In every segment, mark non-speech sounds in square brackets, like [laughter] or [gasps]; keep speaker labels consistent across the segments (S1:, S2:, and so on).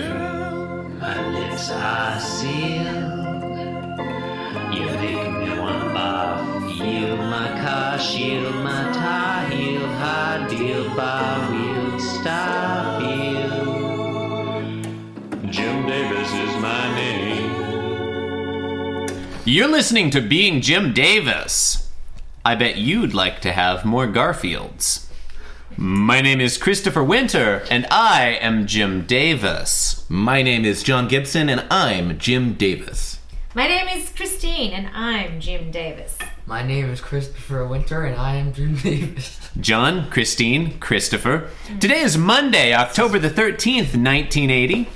S1: Girl, my lips are sealed. You make me wanna barf. Yield my car, shield my tie, heel, high deal, bar wheel, stop you. Jim Davis is my name.
S2: You're listening to Being Jim Davis. I bet you'd like to have more Garfields. My name is Christopher Winter, and I am Jim Davis.
S3: My name is John Gibson, and I'm Jim Davis.
S4: My name is Christine, and I'm Jim Davis.
S5: My name is Christopher Winter, and I am Jim Davis.
S2: John, Christine, Christopher. Today is Monday, October the 13th, 1980.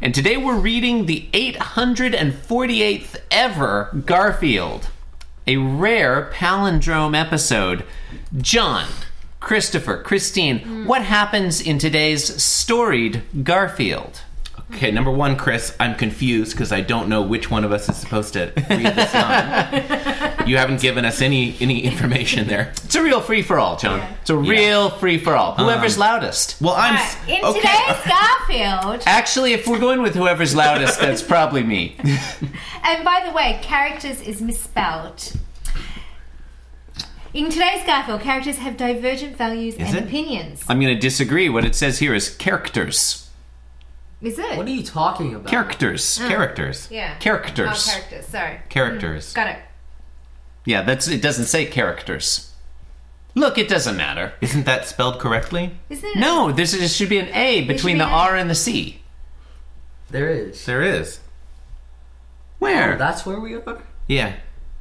S2: And today we're reading the 848th ever Garfield, a rare palindrome episode. John, Christopher, Christine, what happens in today's storied Garfield?
S3: Okay, number one, Chris, I'm confused because I don't know which one of us is supposed to read this line.
S4: [laughs]
S3: you haven't given us any any information there.
S2: It's a real free for all, John. It's a real free for all. Whoever's loudest.
S3: Well, I'm s- oh,
S4: In
S3: okay.
S4: today's Garfield,
S2: Actually, if we're going with whoever's
S3: [laughs]
S2: loudest, that's probably me.
S4: and by the way, characters is misspelled. In today's Garfield, characters have divergent values and
S2: it?
S4: opinions.
S2: I'm going to disagree. What it says here is characters.
S4: Is it?
S5: [laughs] What are you talking about?
S2: Characters.
S3: Characters.
S4: yeah.
S2: Characters.
S4: Oh, characters. Sorry. Mm,
S3: Characters.
S4: Got it.
S2: Yeah, that's it doesn't say characters. Look, it doesn't matter.
S3: Isn't that spelled correctly?
S4: Isn't it?
S2: No, this is, there should be an A between
S4: Hmm. be
S2: the
S4: an A.
S2: R and the C.
S5: There is.
S3: There is.
S2: Where?
S5: That's where we are.
S3: Yeah.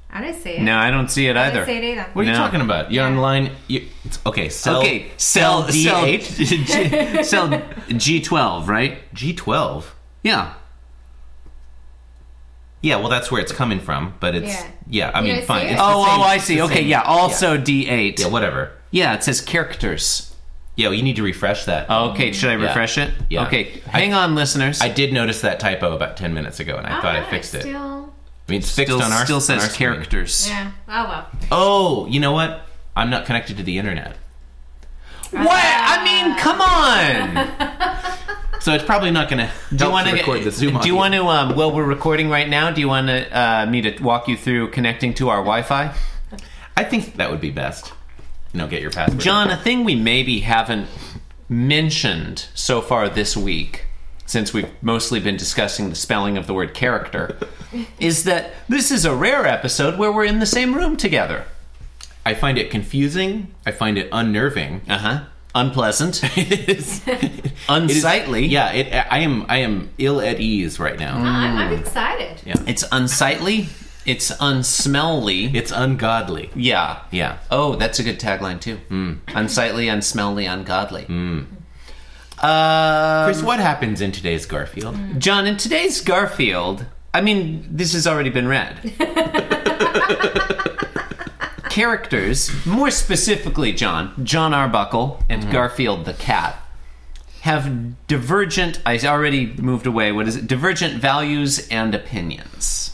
S4: I don't see it.
S2: no, I don't see it
S4: I
S2: either.
S4: don't see it either.
S3: What are
S2: No.
S3: you talking about? You're on line. You, it's, okay, sell.
S2: okay, sell
S3: sell
S2: sell
S3: D8.
S4: [laughs]
S3: [laughs]
S2: G- sell G12, right?
S3: G12.
S2: Yeah.
S3: Yeah, well, that's where it's coming from, but it's.
S4: Yeah.
S3: Yeah, I
S4: You
S3: mean,
S4: don't
S3: fine.
S4: see it?
S3: It's the
S2: Oh,
S3: same-
S2: oh, I
S3: it's
S2: see.
S3: the
S2: Okay,
S3: same-
S2: yeah, also D8.
S3: Yeah, whatever.
S2: Yeah, it says characters.
S3: Yeah, well, you need to refresh that.
S2: Okay, should I refresh it?
S3: Yeah.
S2: Okay,
S3: I-
S2: hang on, listeners.
S3: I did notice that typo about 10 minutes ago, and I thought I
S4: Alright,
S3: fixed it.
S4: Oh, Still,
S3: I mean, it's fixed
S2: still,
S3: on our
S2: still
S3: on
S2: says
S3: our screen.
S2: characters.
S4: yeah. Oh well.
S3: Oh, you know what? I'm not connected to the internet.
S2: What? I mean, come on.
S3: So it's probably not going to
S2: Do you want to
S3: record the Zoom
S2: Do you
S3: audio.
S2: want to? Um, well, we're recording right now. Do you want to uh, me to walk you through connecting to our Wi-Fi?
S3: I think that would be best. You know, get your password.
S2: John, a thing we maybe haven't mentioned so far this week, since we've mostly been discussing the spelling of the word character, is that this is a rare episode where we're in the same room together.
S3: I find it confusing. I find it unnerving.
S2: Uh huh. Unpleasant,
S3: [laughs] Uh-huh. it is,
S2: unsightly.
S3: yeah, it, I am. I am ill at ease right now.
S4: I'm,
S2: Hmm.
S4: I'm excited.
S3: Yeah.
S2: It's unsightly. It's unsmelly.
S3: It's ungodly.
S2: yeah.
S3: Yeah.
S2: Oh, that's a good tagline too. Unsightly, unsmelly, ungodly. Uh,
S3: Chris, what happens in today's Garfield?
S2: John, in today's Garfield, I mean, this has already been [laughs] read. Characters, more specifically, John, John Arbuckle and Garfield the cat, have divergent. I already moved away. What is it? Divergent values and opinions.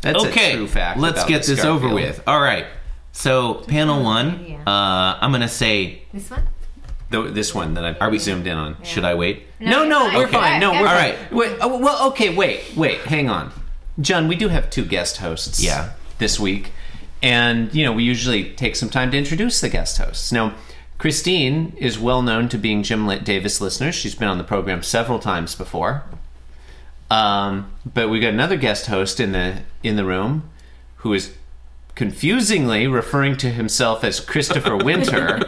S2: That's
S3: okay,
S2: a true fact.
S3: let's
S2: about
S3: get this, over
S2: Garfield.
S3: with. All right. So panel one.
S4: Mm-hmm. Yeah.
S3: Uh, I'm gonna say.
S4: This one.
S2: The, this one that I are we zoomed in on?
S3: Should I
S4: [laughs]
S3: wait?
S2: No, no,
S4: it's
S2: we're
S4: fine.
S2: fine. No,
S4: Okay.
S2: we're
S3: All
S2: fine.
S3: right.
S2: Wait, oh, well, okay, wait, wait, hang on. John, we do have two guest hosts
S3: Yeah.
S2: this week. And, you know, we usually take some time to introduce the guest hosts. Now, Christine is well known to being Jim Lit Davis listeners. She's been on the program several times before. Um, but we got another guest host in the in the room who is confusingly referring to himself as Christopher Winter.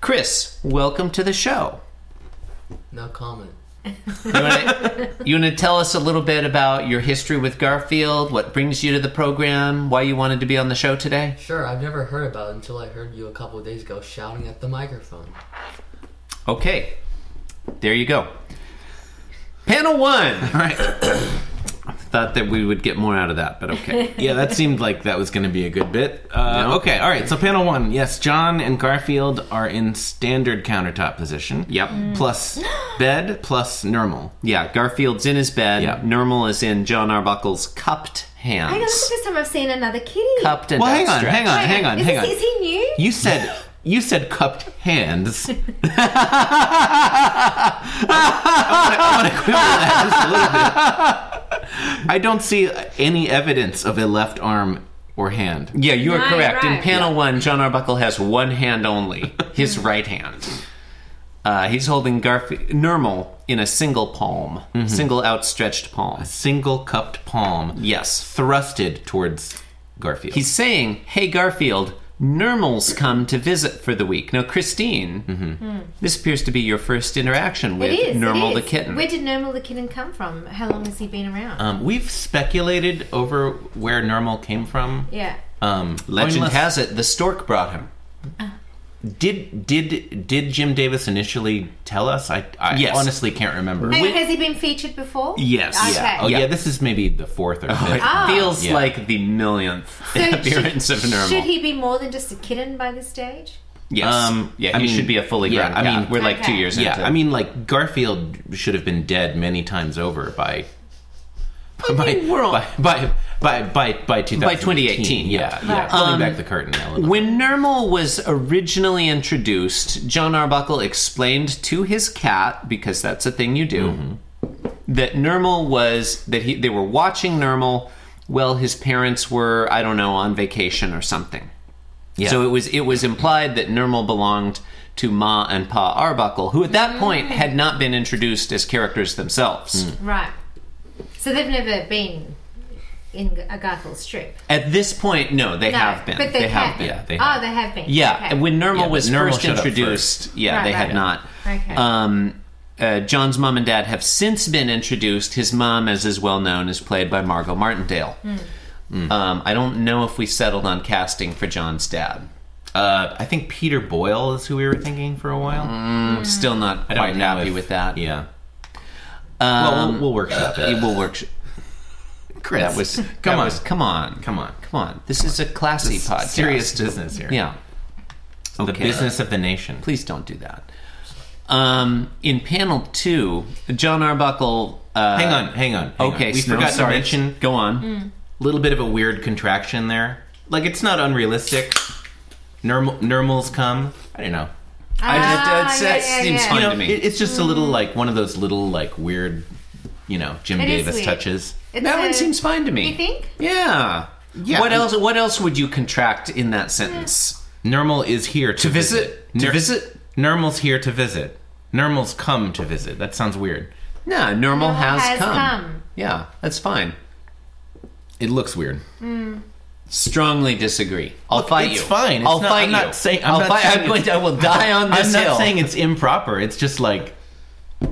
S2: Chris, welcome to the show.
S5: No comment.
S2: You wanna- You want to tell us a little bit about your history with Garfield, what brings you to the program, why you wanted to be on the show today?
S5: Sure, I've never heard about it until I heard you a couple of days ago shouting at the microphone.
S2: Okay, there you go. Panel one.
S3: All right.
S2: Thought that we would get more out of that, but
S4: [laughs]
S2: okay.
S3: yeah, that seemed like that was going to be a good bit. Uh,
S2: No.
S3: Okay, all right. So panel one, yes, John and Garfield are in standard countertop position.
S2: Yep.
S4: [gasps]
S3: Plus bed plus normal.
S2: Yeah, Garfield's in his bed.
S3: Yeah.
S2: Normal is in John Arbuckle's cupped
S4: Hang on, this
S2: hands.
S4: is the first time I've seen another kitty.
S2: Cupped and
S3: Well, hang on,
S2: outstretched.
S3: hang on,
S4: Wait,
S3: hang on,
S4: is
S3: hang
S4: this-
S3: on.
S4: Is he new?
S3: You said You said cupped
S2: [laughs]
S3: hands. [laughs] I, want to quibble that just a little bit. I don't see any evidence of a left arm or hand.
S2: Yeah, you are
S6: Right,
S2: correct. In
S6: right.
S2: panel one, John Arbuckle has one hand only,
S4: [laughs]
S2: his right hand. Uh, he's holding Garf- Nermal in a single palm, single outstretched palm.
S3: Single cupped palm
S2: Yes.
S3: thrusted towards Garfield.
S2: He's saying, Hey, Garfield, Nermal's come to visit for the week. Now, Christine, this appears to be your first interaction with
S4: Mm-hmm. It is.
S2: Nermal
S4: it
S2: the
S4: is.
S2: kitten.
S4: Where did Normal the kitten come from? How long has he been around?
S3: um, we've speculated over where Normal came from.
S4: yeah.
S3: Um,
S2: Legend
S3: unless-
S2: has it the stork brought him.
S3: Did did did Jim Davis initially tell us? I, I
S2: Yes.
S3: honestly can't remember.
S4: And has he been featured before?
S2: Yes.
S4: Okay.
S2: Yeah.
S3: Oh
S2: Yeah.
S3: yeah. this is maybe the fourth or fifth.
S2: It
S4: Ah.
S2: feels
S3: Yeah.
S2: like the millionth
S4: So
S2: [laughs] appearance
S4: should,
S2: of Nermal.
S4: Should he be more than just a kitten by this stage?
S2: yes.
S3: Um,
S2: yeah,
S3: I
S2: he
S3: mean-
S2: should be a fully
S3: yeah,
S2: grown
S3: I
S2: cat.
S3: mean-
S2: We're like two
S4: Okay.
S2: years into
S3: Yeah, I mean, like Garfield should have been dead many times over by. By,
S2: mean, we're all-
S3: by, by by by by 2018.
S2: By 2018,
S3: yeah,
S2: yeah.
S3: yeah.
S4: Right.
S3: Pulling back the curtain. a little.
S2: Um, When Nermal was originally introduced, John Arbuckle explained to his cat, because that's a thing you do,
S4: Mm-hmm.
S2: that Nermal was that he they were watching Nermal while his parents were, I don't know, on vacation or something.
S3: Yeah.
S2: So it was it was implied that Nermal belonged to Ma and Pa Arbuckle, who at
S4: Mm.
S2: that point had not been introduced as characters themselves.
S4: Right. So they've never been in a Garfield strip.
S2: At this point, no, they
S4: No,
S2: have been.
S4: But they,
S2: have
S4: have
S2: been.
S3: Yeah, they
S4: oh,
S3: have.
S4: they have been.
S2: Yeah,
S4: Okay.
S2: and when Nermal
S3: Yeah,
S2: was
S3: but Nermal
S2: first
S3: showed up
S2: introduced, yeah,
S4: Right,
S2: they
S4: right.
S2: had not.
S4: Okay.
S2: Um, uh, John's mom and dad have since been introduced. His mom, as is well known, is played by Margot Martindale.
S4: Hmm.
S3: Hmm.
S2: Um, I don't know if we settled on casting for John's dad.
S3: Uh, I think Peter Boyle is who we were thinking for a while.
S2: I'm
S4: Hmm.
S2: still Mm, not
S3: I don't
S2: quite
S3: know
S2: happy
S3: if-
S2: with that.
S3: Yeah. well,
S2: Um,
S3: we'll, we'll workshop it.
S2: it will work.
S3: Chris,
S2: That was
S3: come
S2: that
S3: on,
S2: was- come on,
S3: come on.
S2: come on. This is a classy podcast.
S3: Serious business here.
S2: yeah.
S3: the business of the nation.
S2: Please don't do that. Um, in panel two, John Arbuckle. Uh,
S3: Hang on, hang on. hang
S2: okay,
S3: on. we
S2: Snow,
S3: forgot
S2: sorry.
S3: to mention
S2: Go on.
S4: Mm.
S3: little bit of a weird contraction there. Like it's not unrealistic. Normal, normals come. I don't know.
S2: I just,
S4: Ah,
S2: that
S4: yeah, yeah,
S2: seems
S4: yeah.
S2: fun
S3: You know,
S2: to me.
S3: it- it's just a
S2: Mm.
S3: little like one of those little like weird, you know, Jim
S4: It is
S3: Davis
S4: weird.
S3: touches.
S4: It's
S2: that one
S4: a-
S2: seems fine to me.
S4: You think?
S2: Yeah.
S3: Yeah.
S2: What else? What else would you contract in that sentence?
S4: Mm.
S3: Normal is here to,
S2: To visit? To
S3: Ner-
S2: visit?
S3: Normal's here to visit. Normal's come to visit. That sounds weird.
S2: No, normal has,
S4: has
S2: come.
S4: come.
S2: Yeah, that's fine.
S3: It looks weird.
S2: Strongly disagree. I'll fight
S3: it's
S2: you.
S3: fine. It's
S2: I'll
S3: not-
S2: fight
S3: I'm
S2: you.
S3: not saying- I'm
S2: will
S3: not
S2: fight.
S3: saying
S2: I'm going to,
S3: it's-
S2: I will die on
S3: [laughs] I'm
S2: this
S3: not
S2: hill.
S3: saying it's improper. It's just like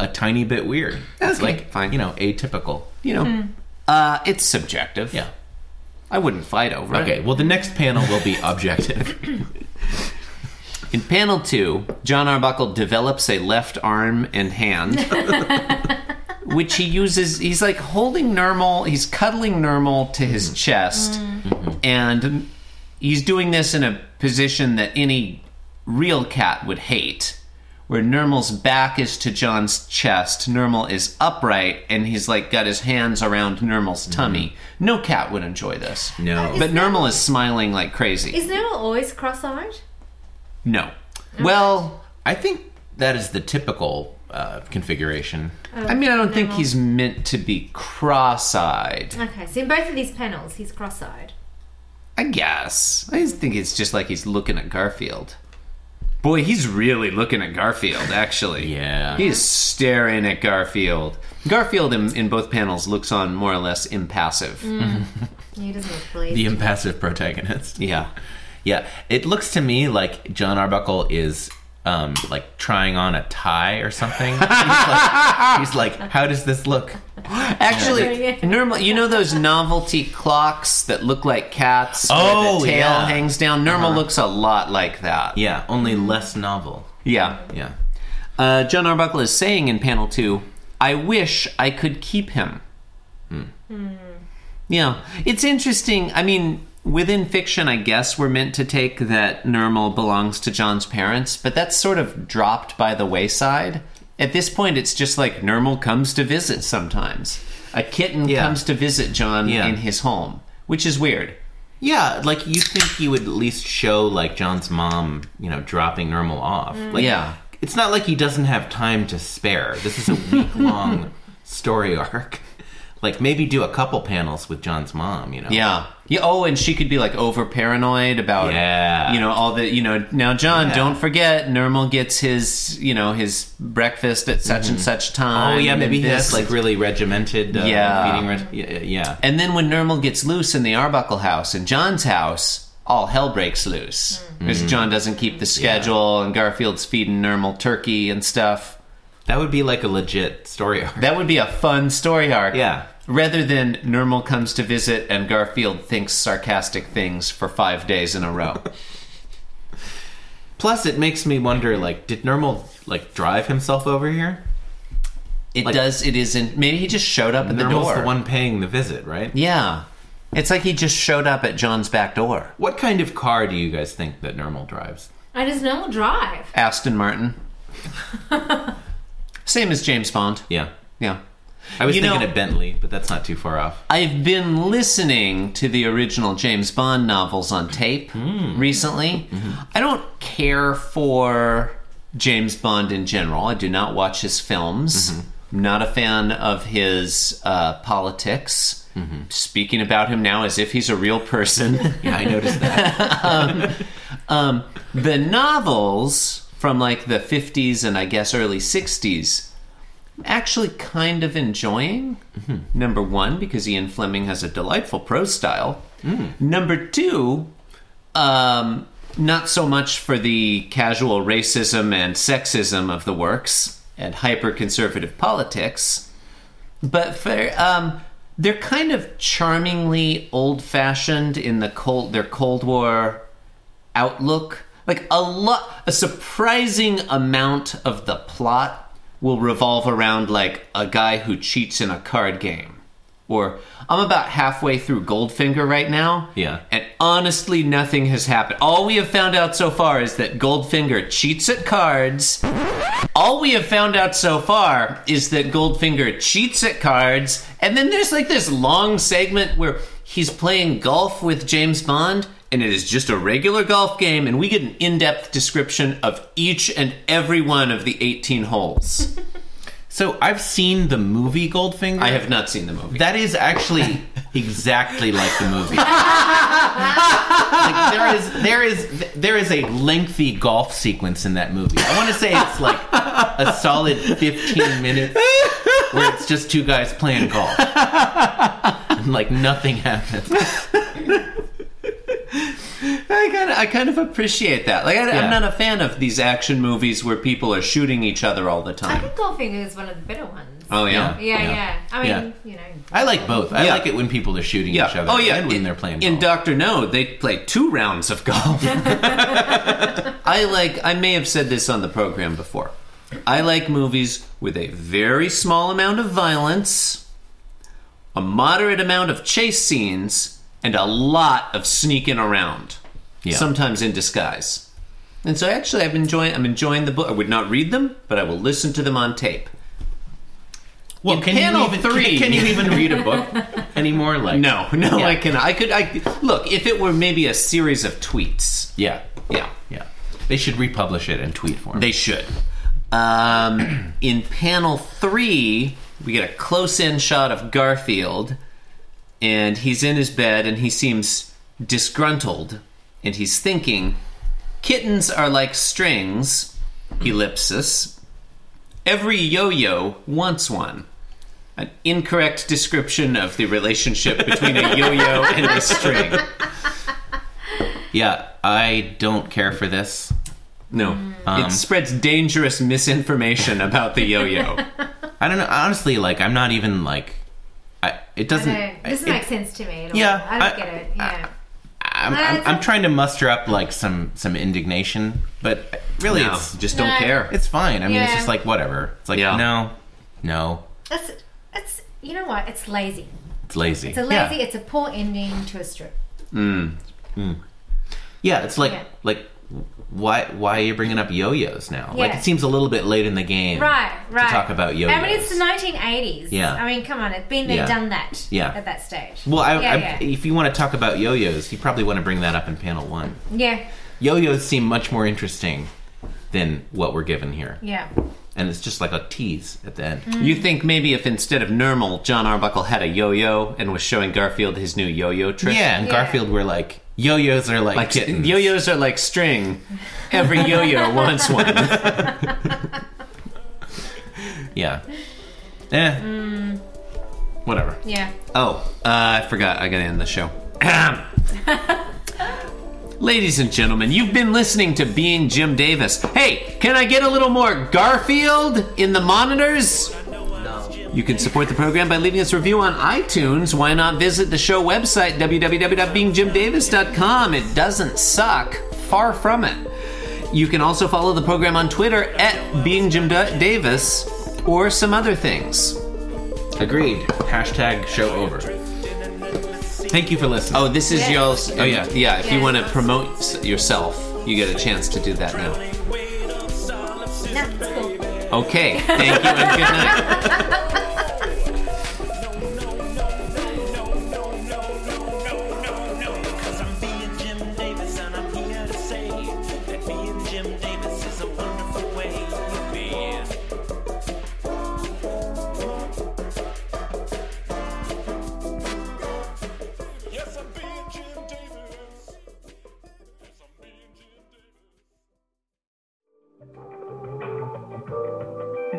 S3: a tiny bit weird. It's
S2: Okay,
S3: like
S2: fine.
S3: you know, atypical.
S2: you know,
S4: Mm.
S2: uh, it's subjective.
S3: Yeah.
S2: I wouldn't fight over it.
S3: Okay, well, the next panel will be objective.
S2: [laughs] In panel two, John Arbuckle develops a left arm and hand, which he uses. He's like holding Nermal, he's cuddling Nermal to his chest, and he's doing this in a position that any real cat would hate. Where Nermal's back is to John's chest, Nermal is upright, and he's like got his hands around Nermal's tummy. No cat would enjoy this.
S3: No.
S2: But Nermal is smiling like crazy.
S4: Is Normal always cross-eyed?
S2: no. Well,
S3: I think that is the typical uh, configuration.
S2: I mean, I don't think he's meant to be cross-eyed.
S4: Okay, so in both of these panels, he's cross-eyed.
S2: I guess. I just think it's just like he's looking at Garfield. Boy, he's really looking at Garfield, actually.
S3: [laughs] Yeah.
S2: He's staring at Garfield. Garfield in, in both panels looks on more or less impassive.
S4: Mm. He doesn't look pleased.
S3: The impassive protagonist.
S2: Yeah.
S3: Yeah, it looks to me like John Arbuckle is um, like trying on a tie
S2: [laughs]
S3: or something. he's, like, he's like, how does this look?
S2: Actually,
S4: Yeah.
S2: normal. You know those novelty clocks that look like cats, where
S3: Oh,
S2: the tail
S3: yeah. Uh-huh.
S2: hangs down. Normal looks a lot like that.
S3: Yeah, only less novel.
S2: yeah.
S3: Yeah.
S2: Uh, John Arbuckle is saying in panel two, I wish I could keep him. Hmm. Yeah, it's interesting. I mean, within fiction, I guess we're meant to take that Nermal belongs to John's parents, but that's sort of dropped by the wayside. At this point, it's just like Nermal comes to visit sometimes. A kitten
S3: Yeah.
S2: comes to visit John
S3: Yeah.
S2: in his home, which is weird.
S3: Yeah, like you think you would at least show like John's mom, you know, dropping Normal off. Like,
S2: Yeah.
S3: it's not like he doesn't have time to spare. This is a week
S2: [laughs]
S3: long story arc. Like maybe do a couple panels with John's mom. You know.
S2: Yeah. Yeah. Oh, and she could be like over paranoid about,
S3: Yeah.
S2: you know, all the, you know, now John,
S3: Yeah.
S2: don't forget, Normal gets his, you know, his breakfast at such and such time.
S3: Oh yeah, maybe
S2: and
S3: he has
S2: this.
S3: like really regimented. Uh,
S2: Yeah.
S3: Feeding reg- yeah. Yeah.
S2: And then when Normal gets loose in the Arbuckle house and John's house, all hell breaks loose
S3: Mm.
S2: because John doesn't keep the schedule, and Garfield's feeding Normal turkey and stuff.
S3: That would be like a legit story arc.
S2: That would be a fun story arc.
S3: Yeah.
S2: Rather than Normal comes to visit and Garfield thinks sarcastic things for five days in a row.
S3: Plus, it makes me wonder. Like, did Normal like drive himself over here?
S2: It
S3: Like-
S2: does. It isn't. Maybe he just showed up at the
S3: Normal's
S2: door.
S3: the one paying the visit, right?
S2: Yeah. It's like he just showed up at John's back door.
S3: What kind of car do you guys think that Normal drives?
S4: I just know drive.
S2: Aston [laughs] Martin. Same as James Bond.
S3: Yeah.
S2: Yeah.
S3: I was
S2: You
S3: thinking
S2: know-
S3: of Bentley, but that's not too far off.
S2: I've been listening to the original James Bond novels on tape recently. I don't care for James Bond in general. I do not watch his films. I'm not a fan of his uh, politics. Speaking about him now as if he's a real [laughs] person.
S3: Yeah, I noticed that.
S2: Um, the novels from like the 50s and I guess early 60s, I'm actually kind of enjoying. Number one, because Ian Fleming has a delightful prose style. Number two, um, not so much for the casual racism and sexism of the works and hyper conservative politics, but for um, they're kind of charmingly old fashioned in the cold their Cold War outlook. Like a lot, a surprising amount of the plot will revolve around like a guy who cheats in a card game. Or I'm about halfway through Goldfinger right now.
S3: Yeah.
S2: And honestly, nothing has happened. All we have found out so far is that Goldfinger cheats at cards. All we have found out so far is that Goldfinger cheats at cards. And then there's like this long segment where he's playing golf with James Bond, and it is just a regular golf game. And we get an in depth description of each and every one of the 18 holes.
S3: So I've seen the movie Goldfinger.
S2: I have not seen the movie.
S3: That is actually exactly like the movie. like there is there is there is a lengthy golf sequence in that movie. I want to say it's like a solid 15 minutes where it's just two guys playing golf. And like nothing happens.
S2: I kind of, I kind of appreciate that. Like, I,
S3: Yeah.
S2: I'm not a fan of these action movies where people are shooting each other all the
S4: I
S2: time.
S4: think Goldfinger is one of the better ones.
S2: Oh yeah,
S4: yeah, yeah, I
S3: Yeah.
S4: mean, you know.
S3: I like both. I
S2: Yeah.
S3: like it when people are shooting each other.
S2: Oh yeah,
S3: and when
S2: in,
S3: they're playing
S2: in
S3: golf.
S2: Doctor No, they play two rounds of golf. I like. I may have said this on the program before. I like movies with a very small amount of violence, a moderate amount of chase scenes, and a lot of sneaking around.
S3: Yeah.
S2: Sometimes in disguise. And so actually I've enjoying I'm enjoying the book. I would not read them, but I will listen to them on tape.
S3: well,
S2: in
S3: can you
S2: panel
S3: even-
S2: three-
S3: Can, can you even read
S2: [laughs]
S3: a book anymore? Like
S2: No, [laughs] no,
S3: Yeah.
S2: I can I could I look, if it were maybe a series of tweets.
S3: Yeah,
S2: Yeah.
S3: yeah. They should republish it in tweet form.
S2: They should. Um, [clears throat] in panel three, we get a close in shot of Garfield, and he's in his bed and he seems disgruntled, and he's thinking, Kittens are like strings, ellipsis. Every yo yo wants one. An incorrect description of the relationship between a yo yo and a string.
S3: Yeah, I don't care for this.
S2: No. it spreads dangerous misinformation about the yo yo.
S3: I don't know. Honestly, like I'm not even like. I, it doesn't.
S4: I don't- doesn't
S3: it-
S4: make sense to me at all.
S3: Yeah,
S4: I don't
S3: I-
S4: get it. Yeah.
S3: I'm,
S4: Uh,
S3: I'm,
S4: it's
S3: I'm
S4: a-
S3: trying to muster up like some some indignation, but really,
S2: No,
S3: it's just
S2: just don't
S4: No.
S2: care.
S3: it's fine. I mean, it's
S4: Yeah.
S3: just like whatever. It's like
S2: Yeah.
S3: no, no,
S4: That's it's you know what? It's lazy.
S3: it's lazy.
S4: It's a lazy. It's a poor ending to a strip.
S3: Yeah, it's like
S4: Yeah.
S3: like why why are you bringing up yo-yos now? Like
S4: Yeah.
S3: it seems a little bit late in the game,
S4: Right, right.
S3: To talk about yo-yos.
S4: I mean, it's the 1980s.
S3: Yeah.
S4: I mean, come on, it's been there,
S3: Yeah.
S4: done that.
S3: Yeah.
S4: At that stage.
S3: well, I,
S4: yeah,
S3: I,
S4: yeah.
S3: if you want to talk about yo-yos, you probably want to bring that up in panel one.
S4: yeah,
S3: Yo-yos seem much more interesting than what we're given here,
S4: yeah.
S3: and it's just like a tease at the end.
S2: You think maybe if instead of normal, John Arbuckle had a yo-yo and was showing Garfield his new yo-yo trick?
S3: Yeah, and
S4: Yeah.
S3: Garfield were like yo-yos are like,
S2: Like
S3: kittens.
S2: yo-yos are like string. Every yo-yo wants one.
S3: Yeah. Eh. Whatever.
S4: Yeah.
S2: Oh, uh, I forgot. I gotta end the show. Ahem. Ladies and gentlemen, you've been listening to Being Jim Davis. Hey, can I get a little more Garfield in the monitors?
S5: No.
S2: You can support the program by leaving us a review on iTunes. Why not visit the show website, www.beingjimdavis.com? It doesn't suck. Far from it. You can also follow the program on Twitter at beingjimdavis or some other things.
S3: Agreed. Hashtag show over. Thank you for listening.
S2: Oh, this is
S4: Yeah.
S2: y'all's.
S3: Oh, yeah.
S2: Yeah, if you
S4: Yeah.
S2: want to promote s- yourself, you get a chance to do that now.
S4: No, it's cool.
S2: Okay. Thank you and good night.
S6: Cause I'm being Jim Davis and I'm here to say that being Jim Davis is a wonderful way to be. Yes, I'm being Jim Davis. Yes, I'm being Jim Davis.